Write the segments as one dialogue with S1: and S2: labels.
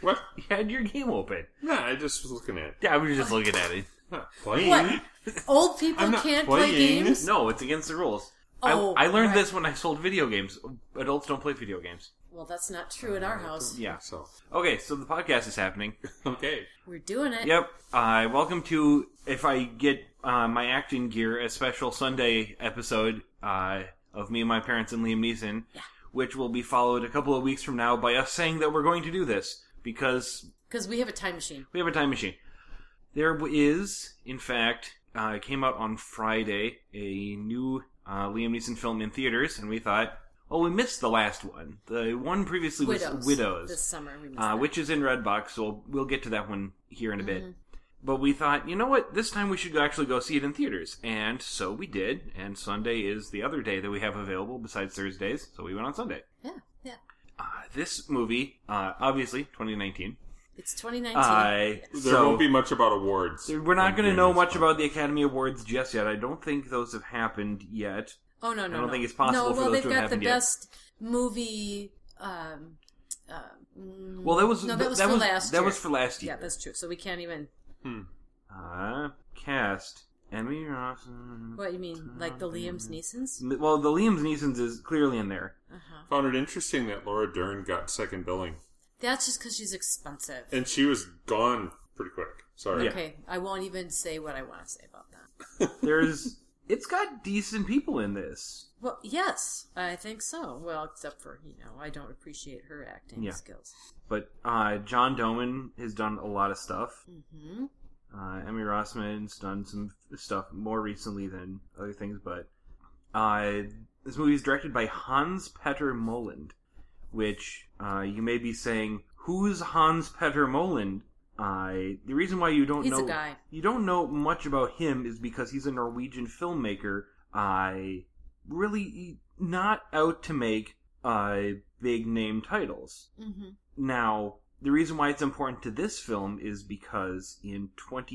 S1: What?
S2: You had your game open.
S1: Nah, I just was looking at it.
S2: Yeah, I was just looking at it.
S1: Not playing.
S3: What? Old people
S1: I'm not
S3: can't play
S1: playing.
S3: games?
S2: No, it's against the rules.
S3: Oh,
S2: I, I learned
S3: right.
S2: this when I sold video games. Adults don't play video games.
S3: Well, that's not true in our house.
S2: Yeah.
S1: So
S2: Okay, so the podcast is happening.
S1: okay.
S3: We're doing it.
S2: Yep. Uh, welcome to if I get uh, my acting gear, a special Sunday episode uh, of me and my parents and Liam Neeson, which will be followed a couple of weeks from now by us saying that we're going to do this because
S3: Because we have a time machine.
S2: we have a time machine. There w- is, in fact, uh, it came out on Friday, a new uh, Liam Neeson film in theaters, and we thought, oh, we missed the last one. The one previously
S3: Widows.
S2: was Widows,
S3: This summer. We missed
S2: uh,
S3: that.
S2: which is in Redbox, so we'll get to that one here in a
S3: Mm-hmm.
S2: bit. But we thought, you know what, this time we should go actually go see it in theaters. And so we did, and Sunday is the other day that we have available besides Thursdays, so we went on Sunday.
S3: Yeah, yeah.
S2: Uh, this movie, uh, obviously, 2019.
S3: It's 2019.
S2: Uh,
S1: There
S2: so-
S1: won't be much about awards.
S2: we're not
S1: I'm
S2: going to
S1: doing
S2: know
S1: this
S2: much
S1: one.
S2: about the Academy Awards just yet. I don't think those have happened yet.
S3: oh, no, no.
S2: don't
S3: no.
S2: think it's possible
S3: No,
S2: for
S3: well,
S2: those
S3: they've
S2: to have
S3: got the
S2: happened yet.
S3: best movie. Um, uh, mm,
S2: Well, that was
S3: No, that was
S2: that
S3: for
S2: was,
S3: last
S2: that
S3: year.
S2: was for last year.
S3: yeah, that's true. So we can't even.
S2: uh, cast Emmy Ross.
S3: What you mean? Like the Liam's
S2: Mm.
S3: Neesons?
S2: Well, the Liam Neeson's is clearly in there.
S3: Uh-huh.
S1: Found it interesting that Laura Dern got second billing,
S3: That's just because she's expensive.
S1: and she was gone pretty quick. Sorry.
S2: Yeah.
S3: Okay, I won't even say what I want to say about that.
S2: There's it's got decent people in this.
S3: Well, yes, I think so. Well, except for, you know, I don't appreciate her acting
S2: Yeah.
S3: skills.
S2: But uh, John Doman has done a lot of stuff.
S3: hmm
S2: Uh, Emmy Rossman's done some stuff more recently than other things, but uh, this movie is directed by Hans Petter Moland, which uh, you may be saying, "Who's Hans Petter Moland?" Uh, the reason why you don't
S3: He's
S2: know
S3: a guy.
S2: you don't know much about him is because he's a Norwegian filmmaker. I really not out to make uh, big name titles.
S3: hmm
S2: Now, the reason why it's important to this film is because in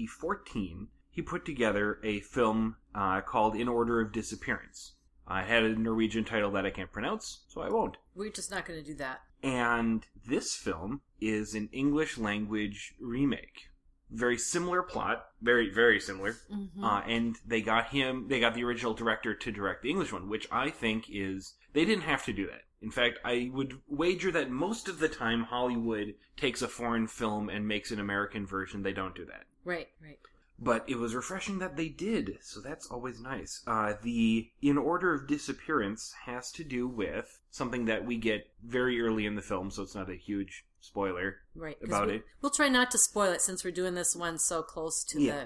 S2: 2014, he put together a film uh, called In Order of Disappearance. I had a Norwegian title that I can't pronounce, so I won't.
S3: We're just not going to do that.
S2: And this film is an English language remake. Very similar plot, very, very similar.
S3: Mm-hmm.
S2: Uh, and they got him, they got the original director to direct the English one, which I think is, they didn't have to do that. In fact, I would wager that most of the time Hollywood takes a foreign film and makes an American version, they don't do that.
S3: right, right.
S2: But it was refreshing that they did, so that's always nice. Uh, the In Order of Disappearance has to do with something that we get very early in the film, so it's not a huge spoiler.
S3: Right. 'cause
S2: about
S3: we,
S2: it.
S3: We'll try not to spoil it since we're doing this one so close to
S2: Yeah.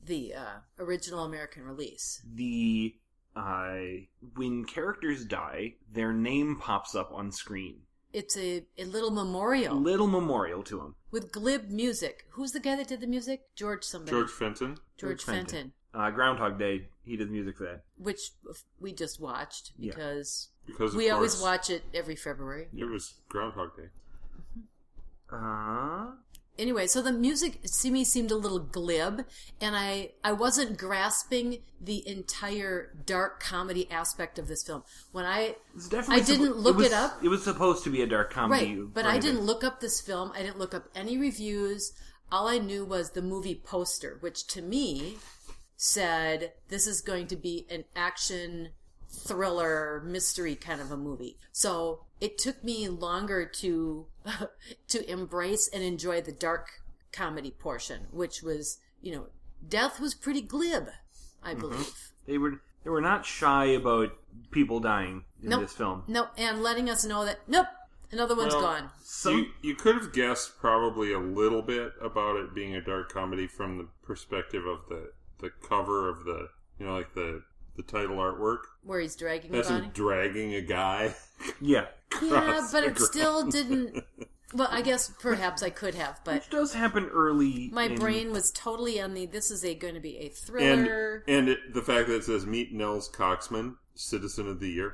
S3: the the uh, original American release.
S2: The, uh, when characters die, their name pops up on screen.
S3: It's a, a little memorial
S2: little memorial to him.
S3: with glib music. Who's the guy that did the music? George somebody.
S1: George Fenton.
S2: George
S3: George
S2: Fenton.
S3: Fenton.
S2: Uh, Groundhog Day, he did the music for that.
S3: which we just watched
S2: Yeah.
S3: because
S1: Because of
S3: we always
S1: course,
S3: watch it every February.
S1: It was Groundhog Day.
S2: Uh,
S3: anyway so the music to me seemed a little glib and i i wasn't grasping the entire dark comedy aspect of this film when i
S2: it's definitely.
S3: I didn't look
S2: was-
S3: it up.
S2: It was supposed to be a dark comedy,
S3: right but i didn't look up this film i didn't look up any reviews all i knew was the movie poster which to me said this is going to be an action thriller mystery kind of a movie so it took me longer to to embrace and enjoy the dark comedy portion which was you know death was pretty glib i
S1: Mm-hmm.
S3: believe
S2: They were they were not shy about people dying in
S3: Nope.
S2: this film.
S3: no and letting us know that nope another one's
S1: Well,
S3: gone
S2: Some
S1: you you could have guessed probably a little bit about it being a dark comedy from the perspective of the the cover of the you know like the the title artwork.
S3: where he's dragging the
S1: That's
S3: body
S1: him dragging a guy.
S2: yeah,
S3: Yeah,
S1: across
S3: but
S1: the
S3: it still didn't. Well, I guess perhaps I could have, but
S2: which does happen early.
S3: my
S1: Mm.
S2: in-
S3: brain was totally on the. This is a going to be a
S1: and
S3: thriller.
S1: and it, the fact that it says meet Nels Coxman, Citizen of the Year.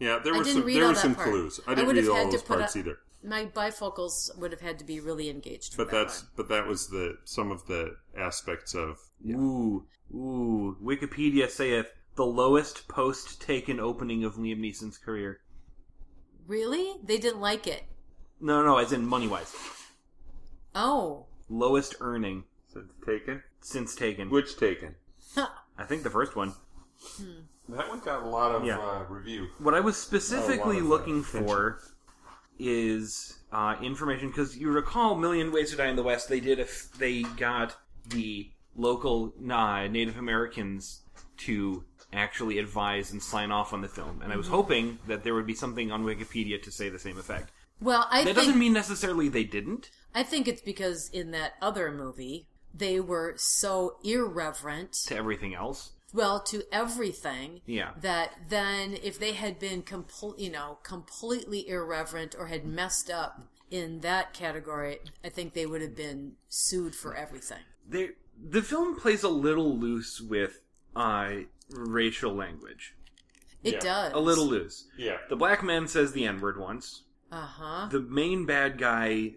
S1: Yeah, there
S3: I
S1: were
S3: didn't
S1: some
S3: read
S1: there
S3: all
S1: were
S3: that
S1: some
S3: part.
S1: clues.
S3: I
S1: I didn't
S3: would have
S1: read all
S3: had to
S1: those
S3: put
S1: parts
S3: a-
S1: either.
S3: my bifocals would have had to be really engaged. for
S1: But
S3: that
S1: that's
S3: one.
S1: but that was the some of the aspects of
S2: Ooh, ooh. Wikipedia saith the lowest post taken opening of Liam Neeson's career.
S3: really they didn't like it.
S2: No, no, as in money wise.
S3: Oh,
S2: Lowest earning
S1: Since Taken?
S2: since Taken.
S1: Which Taken?
S2: I think the first one.
S1: That one got a lot of
S2: Yeah.
S1: uh, review.
S2: What I was specifically
S1: Oh, wow,
S2: looking
S1: that's right.
S2: for is uh, information because you recall Million Ways to Die in the West. They did if they got the local uh, Native Americans to actually advise and sign off on the film, and I was hoping that there would be something on Wikipedia to say the same effect.
S3: well, I
S2: That
S3: think
S2: doesn't mean necessarily they didn't.
S3: I think it's because in that other movie they were so irreverent,
S2: to everything else.
S3: well, to everything.
S2: Yeah.
S3: That then, if they had been complete, you know, completely irreverent or had messed up in that category, I think they would have been sued for everything.
S2: They, the film plays a little loose with uh, racial language.
S3: It
S1: Yeah.
S3: does
S2: A little loose.
S1: Yeah.
S2: The black man says the N word once.
S3: Uh huh.
S2: The main bad guy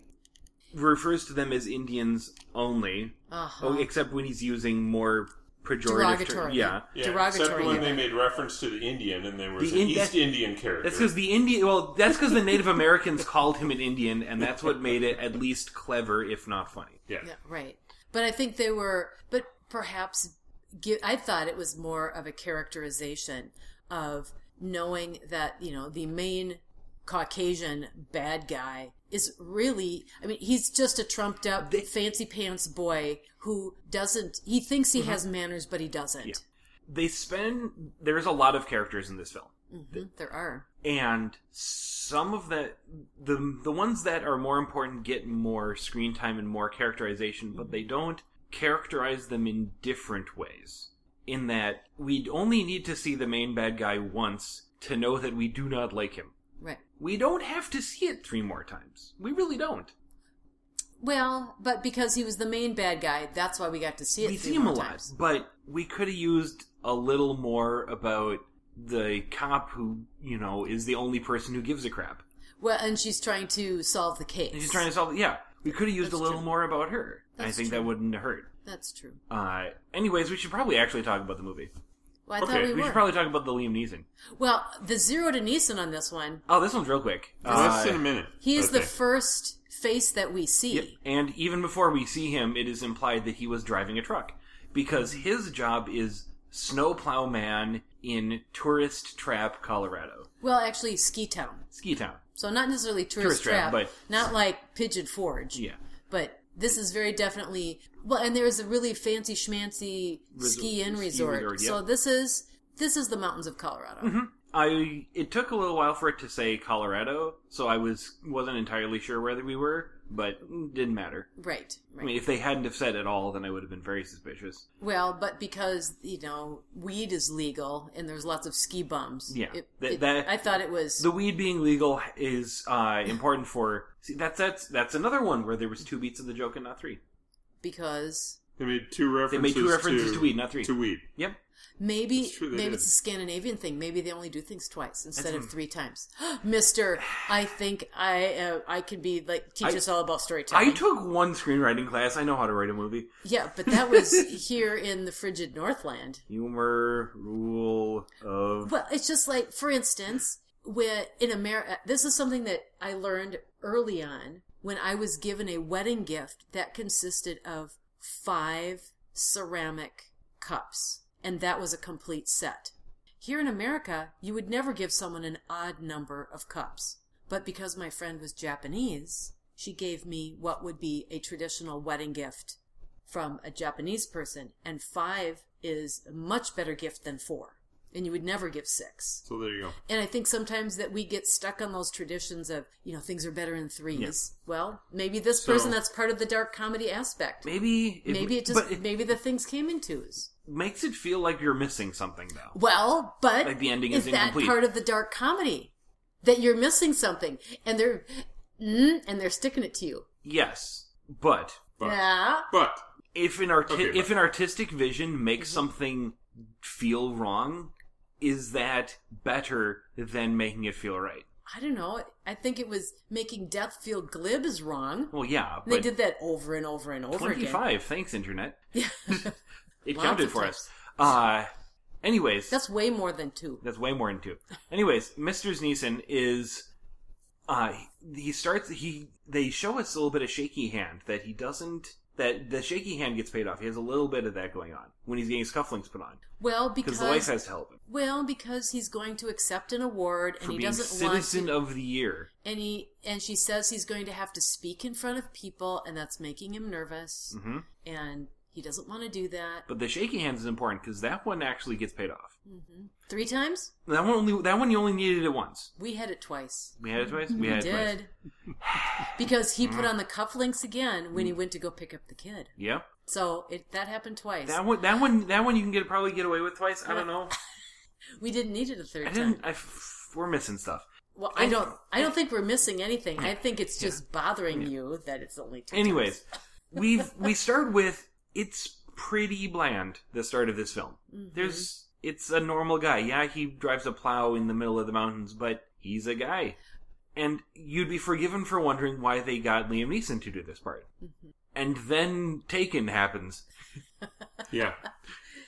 S2: refers to them as Indians only,
S3: Uh
S2: oh,
S3: huh.
S2: except when he's using more pejorative
S3: Derogatory.
S2: terms. Yeah.
S1: Yeah, except
S3: Derogatory.
S1: when
S3: yeah.
S1: they made reference to the Indian and there was
S2: The
S1: an
S2: Ind-
S1: East Indian character.
S2: That's because the Indian. Well, that's because the Native Americans called him an Indian, and that's what made it at least clever, if not funny.
S1: yeah.
S3: Yeah, right. But I think they were, but perhaps give, I thought it was more of a characterization of knowing that, you know, the main Caucasian bad guy is really, I mean, he's just a trumped up fancy pants boy who doesn't, he thinks he
S2: Mm-hmm.
S3: has manners, but he doesn't.
S2: They spend. There's a lot of characters in this film.
S3: Mhm, There are.
S2: and some of the the the ones that are more important get more screen time and more characterization, but they don't characterize them in different ways. In that we only need to see the main bad guy once to know that we do not like him.
S3: Right.
S2: We don't have to see it three more times. We really don't.
S3: Well, but because he was the main bad guy, that's why we got to see it.
S2: we
S3: three
S2: see him a
S3: more
S2: lot,
S3: times.
S2: but we could have used a little more about the cop who you know is the only person who gives a crap.
S3: Well, and she's trying to solve the case.
S2: And she's trying to solve. Yeah, we could have used
S3: That's
S2: a little
S3: true.
S2: more about her. I
S3: That's
S2: think
S3: true.
S2: that wouldn't have hurt.
S3: That's true.
S2: Uh, anyways, we should probably actually talk about the movie.
S3: Well, I thought
S1: Okay,
S3: we,
S2: We
S3: were.
S2: should probably talk about the Liam Neeson.
S3: Well, the zero to Neeson on this one,
S2: Oh, this one's real quick.
S1: Less than a
S2: Uh,
S1: minute.
S3: he is the
S1: Okay.
S3: first face that we see.
S2: yep. And even before we see him, it is implied that he was driving a truck because his job is snowplow man in tourist trap Colorado
S3: Well, actually, Ski Town.
S2: ski town.
S3: So not necessarily
S2: Tourist
S3: tourist,
S2: trap,
S3: trap,
S2: but-
S3: not like Pigeon Forge.
S2: Yeah.
S3: But this is very definitely well, and there is a really fancy schmancy ski in
S2: ski
S3: resort.
S2: resort,
S3: So
S2: yep. Mm-hmm.
S3: this is this is the mountains of Colorado.
S2: I it took a little while for it to say Colorado, so I was wasn't entirely sure whether we were, but didn't matter.
S3: Right. Right.
S2: I mean, if they hadn't have said at all, then I would have been very suspicious.
S3: well, but because you know weed is legal and there's lots of ski bums.
S2: Yeah.
S3: It,
S2: That-
S3: it-
S2: that-
S3: I thought it was
S2: The weed being legal is uh, important for. See, that's that's that's another one where there was two beats of the joke and not three.
S3: because
S1: They made two references.
S2: made two references to weed, not three.
S1: To weed.
S2: Yep.
S3: Maybe
S1: It's true, they
S3: maybe
S1: did.
S3: it's a Scandinavian thing. Maybe they only do things twice instead of three times. Mister, I think I uh, I could be like teach
S2: I-
S3: us all about storytelling.
S2: I took one screenwriting class. I know how to write a movie.
S3: yeah, but that was here in the frigid Northland.
S2: Humor rule of
S3: Well, it's just like for instance, when in America, this is something that I learned early on when I was given a wedding gift that consisted of five ceramic cups, and that was a complete set. Here in America, you would never give someone an odd number of cups. But because my friend was Japanese, she gave me what would be a traditional wedding gift from a Japanese person, and five is a much better gift than four. And you would never give six.
S1: So there you go.
S3: And I think sometimes that we get stuck on those traditions of, you know, things are better in threes. Well, maybe this
S1: So-
S3: person, that's part of the dark comedy aspect.
S2: maybe. It,
S3: Maybe it
S2: but
S3: just,
S2: it
S3: maybe the things came in twos.
S2: makes it feel like you're missing something though.
S3: Well, but
S2: Like the ending
S3: is
S2: is
S3: that
S2: incomplete.
S3: part of the dark comedy that you're missing something and they're mm, and they're sticking it to you.
S2: Yes, but
S1: But,
S3: yeah,
S1: but
S2: if an arti-
S1: Okay, but-
S2: if an artistic vision makes
S3: Mm-hmm.
S2: something feel wrong, is that better than making it feel right?
S3: I don't know. I think it was making death feel glib is wrong.
S2: Well, yeah,
S3: And they
S2: but
S3: did that over and over and over again.
S2: 25. Thanks, internet. it
S3: Lots
S2: counted
S3: of
S2: for
S3: times.
S2: us. Uh, anyways, that's,
S3: That's way more than two.
S2: way more into. Anyways, Mr. Neeson is uh, he- he starts he they show us a little bit of shaky hand that he doesn't that the shaky hand gets paid off. He has a little bit of that going on when he's getting his cufflinks put on
S3: Well,
S2: because the wife
S3: because
S2: has to help him
S3: well, because he's going to accept an award and
S2: for
S3: he
S2: being
S3: doesn't want to
S2: citizen of the year.
S3: and he and she says he's going to have to speak in front of people and that's making him nervous
S2: hmm
S3: and he doesn't want to do that
S2: But the shaky hand is important because that one actually gets paid off.
S3: hmm three times
S2: That one only that one you only needed it once.
S3: we had it twice
S2: We had it twice. We had it Mm. twice.
S3: did because he put on the cufflinks again when he
S2: Mm.
S3: went to go pick up the kid
S2: Yep.
S3: so it that happened twice
S2: That one, that one, that one, you can get probably get away with twice. I don't know.
S3: we didn't need it a
S2: I
S3: third time
S2: didn't. I f- we're missing stuff.
S3: well i don't i don't think we're missing anything i think it's just bothering you that it's only two
S2: Anyways, we've we start with it's pretty bland. The start of this film. There's it's a normal guy. Yeah, he drives a plow in the middle of the mountains, but he's a guy. And you'd be forgiven for wondering why they got Liam Neeson to do this part. And then Taken happens
S1: Yeah.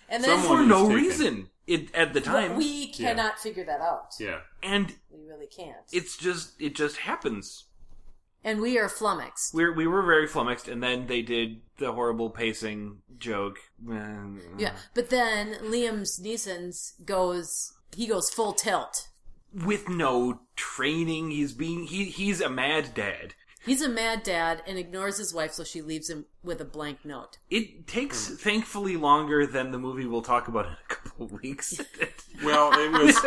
S3: and then
S2: for
S1: Someone- is
S2: no
S1: Taken.
S2: reason. It at the time,
S3: we cannot figure that out
S1: Yeah.
S2: and
S3: we really can't
S2: it's just it just happens.
S3: and we are flummoxed
S2: we we were very flummoxed, and then they did the horrible pacing joke.
S3: Yeah, but then Liam's Neeson's goes he goes full tilt.
S2: With no training, he's being he he's a mad dad.
S3: He's a mad dad and ignores his wife, so she leaves him with a blank note.
S2: It takes thankfully longer than the movie we'll talk about in a couple of weeks.
S1: Well, it was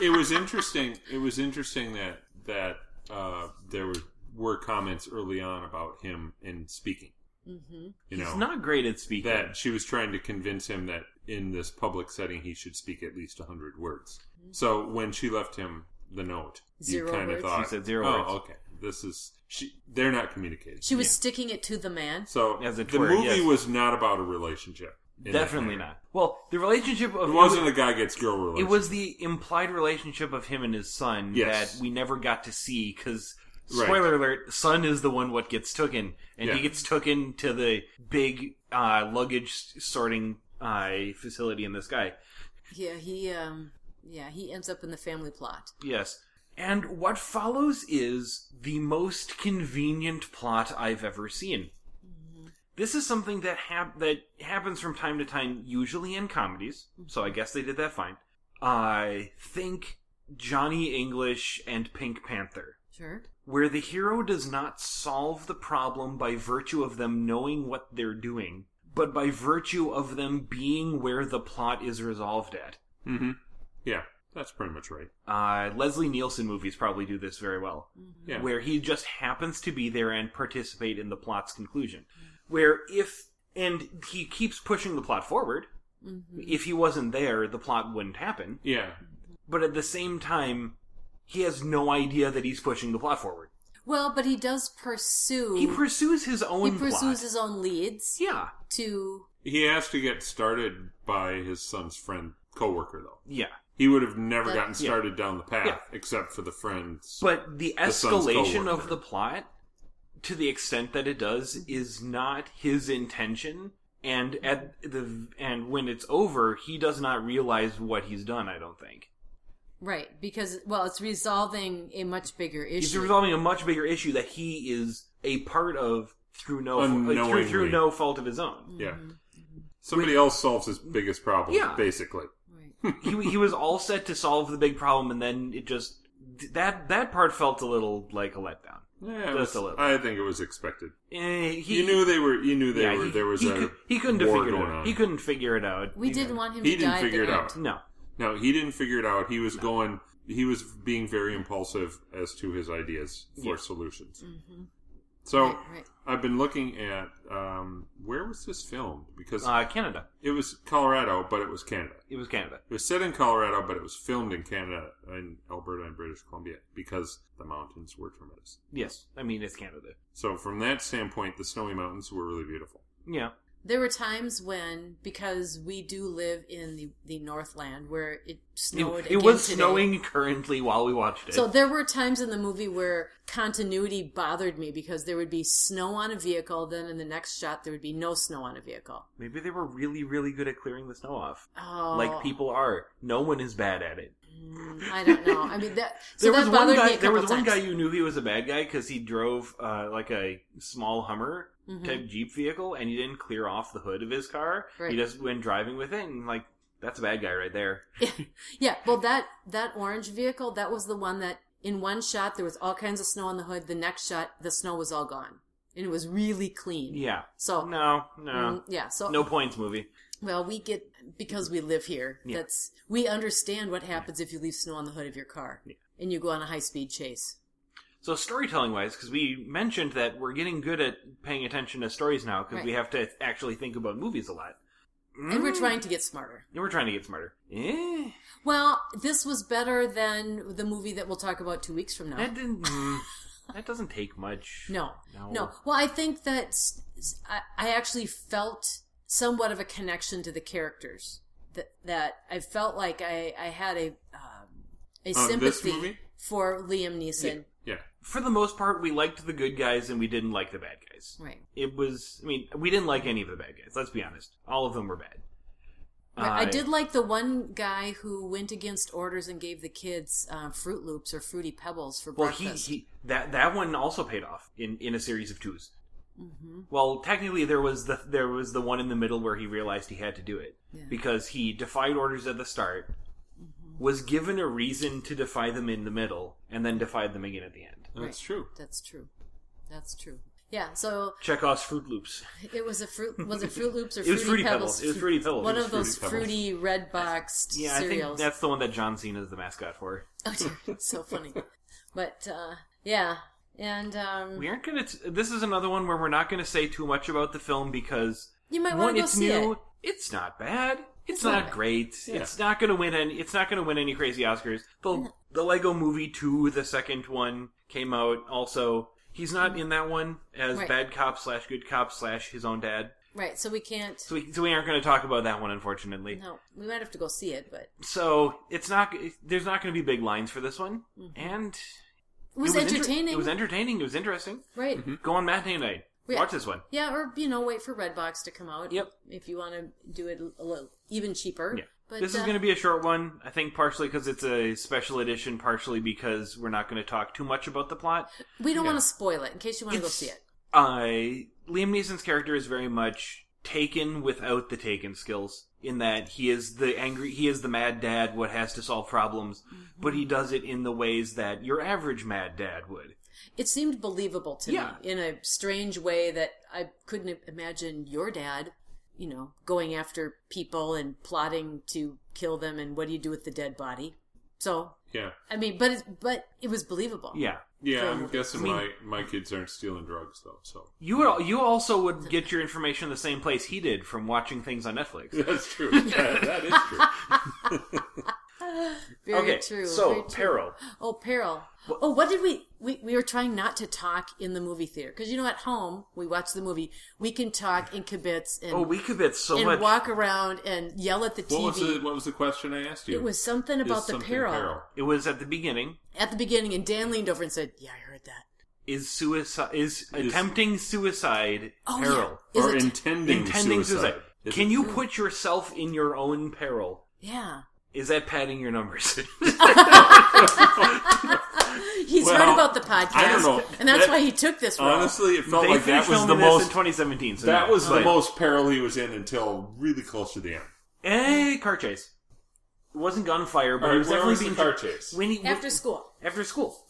S1: it was interesting. It was interesting that that uh, there were, were comments early on about him and speaking. Mm-hmm. You know,
S2: he's not great at speaking.
S1: that she was trying to convince him that in this public setting he should speak at least 100 words. So when she left him the note,
S3: Mm-hmm. Zero
S1: you kind
S3: words.
S1: of thought,
S2: She said zero
S1: oh,
S2: words."
S1: okay, this is she. They're not communicating.
S3: She was sticking it to the man.
S1: so
S2: As it
S1: the
S2: were,
S1: movie
S2: yes.
S1: was not about a relationship. in that
S2: Definitely
S1: manner.
S2: not. Well, the relationship of
S1: It wasn't a guy gets girl
S2: It
S1: relationship.
S2: was the implied relationship of him and his son
S1: Yes.
S2: that we never got to see because
S1: Right.
S2: spoiler alert, son is the one what gets taken, and he
S1: Yeah.
S2: gets taken to the big uh, luggage sorting uh, facility in the sky.
S3: Yeah, he um yeah, he ends up in the family plot.
S2: Yes. And what follows is the most convenient plot I've ever seen. This is something that hap- that happens from time to time, usually in comedies. So I guess they did that fine. I think Johnny English and Pink Panther,
S3: Sure.
S2: where the hero does not solve the problem by virtue of them knowing what they're doing, but by virtue of them being where the plot is resolved at.
S1: hmm Yeah, that's pretty much right.
S2: Uh, Leslie Nielsen movies probably do this very well.
S3: Mm-hmm.
S1: Yeah.
S2: where he just happens to be there and participate in the plot's conclusion. Where if and he keeps pushing the plot forward.
S3: Mm-hmm.
S2: If he wasn't there, the plot wouldn't happen.
S1: yeah.
S2: But at the same time, he has no idea that he's pushing the plot forward.
S3: Well, but he does pursue
S2: He pursues his
S3: he
S2: own
S3: pursues
S2: plot.
S3: his own leads
S2: yeah,
S3: to
S1: He has to get started by his son's friend coworker though.
S2: yeah.
S1: He would have never
S3: That-
S1: gotten
S2: Yeah.
S1: started down the path
S2: Yeah.
S1: except for the friends.
S2: But the
S1: The son's
S2: escalation of
S1: coworker.
S2: the plot, to the extent that it does, is not his intention. And at the and when it's over, he does not realize what he's done. I don't think.
S3: Right, because well, it's resolving a much bigger
S2: He's
S3: issue.
S2: resolving a much bigger issue that he is a part of through no uh, through,
S1: Unknowingly.
S2: through no fault of his own.
S1: Yeah. Somebody else solves his biggest problem,
S2: Mm-hmm. Yeah.
S1: basically.
S3: right.
S2: he he was all set to solve the big problem, and then it just that that part felt a little like a letdown.
S1: Yeah, it
S2: Just
S1: was-
S2: a little.
S1: I think it was expected.
S2: Eh, he,
S1: you knew they were. You knew they
S2: yeah,
S1: were.
S2: he-
S1: there was
S2: he,
S1: a.
S2: cou- he couldn't have
S1: war
S2: figured it
S1: going
S2: out.
S1: on.
S2: He couldn't figure it out.
S3: We
S2: He-
S3: didn't want him
S1: He
S3: to
S1: didn't
S3: die at
S1: figure
S3: the
S1: it
S3: end.
S1: out.
S2: No,
S1: No, he didn't figure it out. He was going. He was being very impulsive as to his ideas for
S2: Yeah.
S1: solutions. So
S3: Mm-hmm. Right, right.
S1: I've been looking at um, where was this filmed because
S2: uh, Canada.
S1: it was Colorado, but it was Canada.
S2: It was Canada.
S1: It was set in Colorado, but it was filmed in Canada, in Alberta and British Columbia, because the mountains were tremendous.
S2: Yes, I mean it's Canada.
S1: So from that standpoint, the snowy mountains were really beautiful.
S2: Yeah,
S3: There were times when, because we do live in the, the Northland where it
S2: it,
S3: snowed.
S2: it
S3: again
S2: was
S3: today.
S2: snowing currently while we watched it.
S3: So there were times in the movie where continuity bothered me because there would be snow on a vehicle, then in the next shot there would be no snow on a vehicle.
S2: Maybe they were really, really good at clearing the snow off.
S3: Oh,
S2: like people are. No one is bad at it.
S3: Mm, I don't know. I mean, that so
S2: there
S3: that
S2: was one
S3: bothered me a
S2: guy.
S3: couple
S2: There was one
S3: times.
S2: guy you knew he was a bad guy because he drove uh, like a small Hummer
S3: Mhm.
S2: type Jeep vehicle, and he didn't clear off the hood of his car.
S3: Right.
S2: He just went driving with it, and like that's a bad guy right there.
S3: Yeah, well, that that orange vehicle that was the one that in one shot there was all kinds of snow on the hood. The next shot, the snow was all gone, and it was really clean.
S2: Yeah.
S3: So
S2: No, no,
S3: mm, yeah. So
S2: no points movie.
S3: well, we get because we live here.
S2: Yeah.
S3: That's we understand what happens if you leave snow on the hood of your car
S2: Yeah.
S3: and you go on a high speed chase.
S2: So storytelling wise, because we mentioned that we're getting good at paying attention to stories now, because we have to actually think about movies a lot,
S3: And we're
S2: Mm.
S3: trying to get smarter.
S2: And we're trying to get smarter. Eh,
S3: Well, this was better than the movie that we'll talk about two weeks from now.
S2: that didn't. mm, that doesn't take much.
S3: No,
S2: No.
S3: no. Well, I think that s- s- I, I actually felt somewhat of a connection to the characters. That that I felt like I I had a um, a
S1: this
S3: sympathy
S1: movie?
S3: for Liam Neeson.
S1: Yeah.
S2: For the most part, we liked the good guys and we didn't like the bad guys.
S3: Right.
S2: It was. I mean, we didn't like any of the bad guys. Let's be honest. All of them were bad.
S3: But I
S2: Uh,
S3: did like the one guy who went against orders and gave the kids uh, Fruit Loops or Fruity Pebbles for
S2: Well, he,
S3: breakfast.
S2: he that that one also paid off in in a series of 2s
S3: Mm-hmm.
S2: Well, technically, there was the there was the one in the middle where he realized he had to do it
S3: Yeah. Mm-hmm.
S2: because he defied orders at the start, was given a reason to defy them in the middle, and then defied them again at the end.
S1: That's
S3: Right.
S1: true.
S3: That's true. That's true. Yeah. So
S2: Chekhov's Fruit Loops.
S3: it was a fruit. Was it Fruit Loops or
S2: It was Fruity
S3: Fruity
S2: Pebbles.
S3: Pebbles?
S2: It was Fruity Pebbles.
S3: One
S2: It was
S3: of those
S1: Fruity Pebbles.
S3: fruity red boxed
S2: Yeah, I think
S3: cereals.
S2: that's the one that John Cena is the mascot for.
S3: Oh, dear. so funny. But uh, yeah, and um,
S2: We aren't gonna. T- this is another one where we're not gonna say too much about the film because
S3: you might
S2: one,
S3: want to go
S2: it's
S3: see
S2: new.
S3: it.
S2: It's not bad. It's,
S3: It's
S2: not,
S3: not bad.
S2: great.
S1: Yeah.
S2: It's not going to win any. It's not going to win any crazy Oscars. The the Lego Movie two, the second one, came out. Also, he's not in that one as
S3: Right.
S2: bad cop slash good cop slash his own dad.
S3: Right, so we can't.
S2: So we so we aren't going to talk about that one, unfortunately.
S3: No, we might have to go see it, but
S2: So it's not. There's not going to be big lines for this one, and
S3: Mm-hmm. it was,
S2: inter-
S3: entertaining,
S2: it was Mm-hmm. entertaining. It was interesting.
S3: right?
S2: Go on matinee night.
S3: We-
S2: Watch this one.
S3: Yeah, or you know, wait for Redbox to come out.
S2: Yep.
S3: If you want to do it a little even cheaper.
S2: Yeah.
S3: But
S2: this is
S3: uh,
S2: going to be a short one, I think, partially because it's a special edition, partially because we're not going to talk too much about the plot.
S3: we don't
S1: yeah.
S3: want to spoil it in case you want to go
S2: It's-
S3: see it.
S2: Uh, Liam Neeson's character is very much taken without the taken skills, in that he is the angry, he is the mad dad, what has to solve problems,
S3: Mm-hmm.
S2: but he does it in the ways that your average mad dad would.
S3: It seemed believable to
S2: Yeah.
S3: me in a strange way that I couldn't imagine your dad, you know, going after people and plotting to kill them and what do you do with the dead body? So,
S1: Yeah.
S3: I mean, but it's, but it was believable.
S2: Yeah.
S1: Yeah,
S3: From-
S1: I'm guessing
S2: I mean-
S1: my, my kids aren't stealing drugs though, so
S2: You would, al- you also would get your information the same place he did from watching things on Netflix.
S1: that's true. That- that is true.
S3: Very
S2: okay,
S3: true.
S2: so
S3: very true.
S2: peril.
S3: Oh, peril. oh, what did we, we, we were trying not to talk in the movie theater. Cause you know, at home, we watch the movie, we can talk in kibitz and,
S2: Oh, we could bet so
S3: and
S2: much.
S3: walk around and yell at the
S1: What
S3: TV.
S1: was the what was the question I asked you?
S3: it was something about
S1: Is
S3: the
S1: something
S3: peril.
S2: It was at the beginning.
S3: at the beginning, and Dan leaned over and said, "Yeah, I heard that."
S2: Is suicide is attempting suicide
S3: Oh,
S2: peril?
S3: yeah. Is
S1: or
S3: it-
S1: intending,
S2: Intending suicide.
S1: Is
S2: Can
S1: it-
S2: you put yourself in your own peril?
S3: Yeah,
S2: Is that padding your numbers?
S3: he's
S1: Well,
S3: heard about the podcast.
S1: I don't know.
S3: and that's
S1: That-
S3: why he took this role.
S1: Honestly, it felt
S2: they
S1: like that
S2: finished
S1: was
S2: filming
S1: the
S2: this
S1: most
S2: in 2017. So
S1: that
S2: no.
S1: was the
S2: But-
S1: most peril he was in until really close to the end.
S2: Eh, car chase. It wasn't gunfire, but
S1: All
S2: it
S1: right,
S2: was
S1: where
S2: definitely
S1: was the
S2: being
S1: car chase?
S2: When he,
S3: After school,
S2: after school.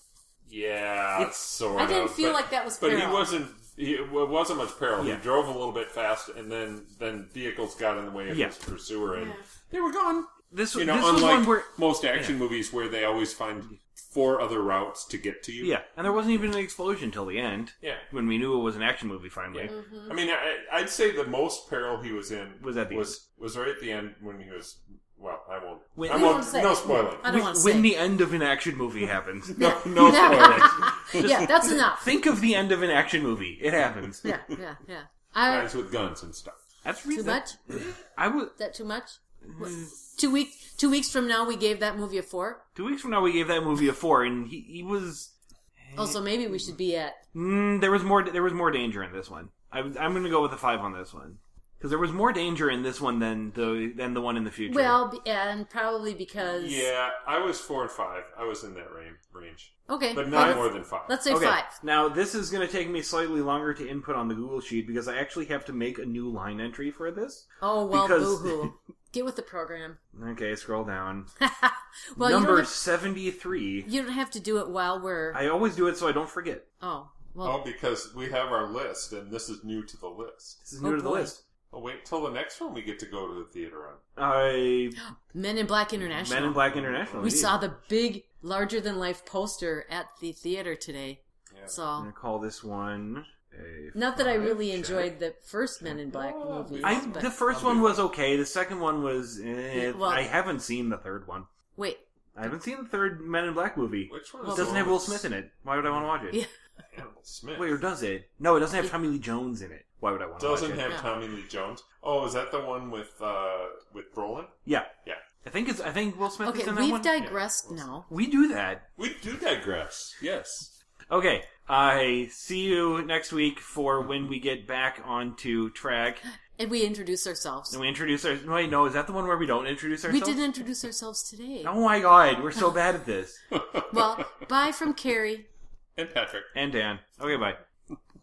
S1: Yeah,
S2: It's-
S1: sort
S3: I didn't
S1: of,
S3: feel
S1: but-
S3: like that was
S1: But
S3: peril.
S1: he wasn't. He, it wasn't much peril.
S2: Yeah.
S1: He drove a little bit fast, and then then vehicles got in the way of
S2: Yeah.
S1: his pursuer, and
S3: Yeah.
S1: they were gone.
S2: This,
S1: You know,
S2: this was one
S1: unlike
S2: where
S1: most action movies where they always find four other routes to get to you.
S2: yeah, and there wasn't even an explosion till the end.
S1: Yeah.
S2: when we knew it was an action movie finally.
S3: Mm,
S1: Yeah.
S3: Mm-hmm.
S1: I mean, I, I'd say the most peril he was in
S2: Was at the
S1: was was right at the end when he was. Well, I won't.
S2: When-
S1: I
S2: We
S1: won't.
S3: won't say.
S1: No spoiling.
S3: I don't
S2: When-
S3: want to
S2: when
S3: say.
S2: the end of an action movie happens.
S1: No, no spoiling.
S3: yeah, that's enough.
S2: Think of the end of an action movie. It happens.
S3: Yeah, yeah, yeah. I,
S1: Guys with guns and stuff.
S2: That's
S3: too
S2: reason.
S3: much?
S2: I would.
S3: Is that too much? What- Two weeks. Two weeks from now, we gave that movie a four.
S2: Two weeks from now, we gave that movie a four, and he, he was.
S3: Oh, so maybe we should be at.
S2: Mm, there was more. There was more danger in this one. I, was- I'm going to go with a five on this one. Because there was more danger in this one than the than the one in the future.
S3: Well, be- and probably because
S1: Yeah, I was four and five. I was in that range, range.
S3: okay,
S1: but not
S3: let's-
S1: more than five.
S3: Let's say
S2: okay.
S3: five.
S2: Now this is going to take me slightly longer to input on the Google sheet because I actually have to make a new line entry for this.
S3: Oh well,
S2: Because-
S3: boohoo. Get with the program.
S2: Okay, scroll down.
S3: well, you
S2: Number
S3: don't, have,
S2: seventy three.
S3: you don't have to do it while we're.
S2: I always do it so I don't forget.
S3: oh
S1: Oh,
S3: well,
S1: because we have our list, and this is new to the list.
S2: This is new
S3: Oh,
S2: to the
S3: boy.
S2: list.
S1: Oh, wait till the next one we get to go to the theater on.
S2: I
S3: Men in Black International.
S2: Men in Black International.
S3: we
S2: indeed.
S3: saw the big, larger than life poster at the theater today.
S1: Yeah.
S2: I'm
S3: So
S2: gonna call this one. A
S3: not that I
S2: five,
S3: really
S2: check.
S3: enjoyed the first Men in Black
S1: Oh,
S3: movie.
S2: I,
S1: but-
S2: the first one was okay. The second one was. Eh,
S3: Well-
S2: I haven't seen the third one.
S3: wait,
S2: I haven't seen the third Men in Black movie.
S1: Which one?
S3: Well,
S2: It doesn't have Will Smith in it. Why would I want to watch it?
S3: Yeah.
S1: Hannibal Smith.
S2: Wait, or does it? No, it doesn't have Tommy Lee Jones in it. Why would I want to watch it?
S1: doesn't have
S3: Yeah.
S1: Tommy Lee Jones. Oh, is that the one with uh with Brolin?
S2: Yeah,
S1: Yeah,
S2: I think it's. I think Will Smith is
S3: okay,
S2: in that
S3: we've
S2: one.
S3: digressed
S1: Yeah.
S3: now.
S2: we do that.
S1: we do digress. Yes.
S2: Okay. I see you next week for when we get back onto track
S3: And we introduce ourselves.
S2: and we introduce our. Wait, no, is that the one where we don't introduce
S3: We
S2: ourselves?
S3: didn't introduce ourselves today.
S2: Oh my god, we're so bad at this.
S3: Well, bye from Carrie.
S1: and Patrick.
S2: And Dan. Okay, bye.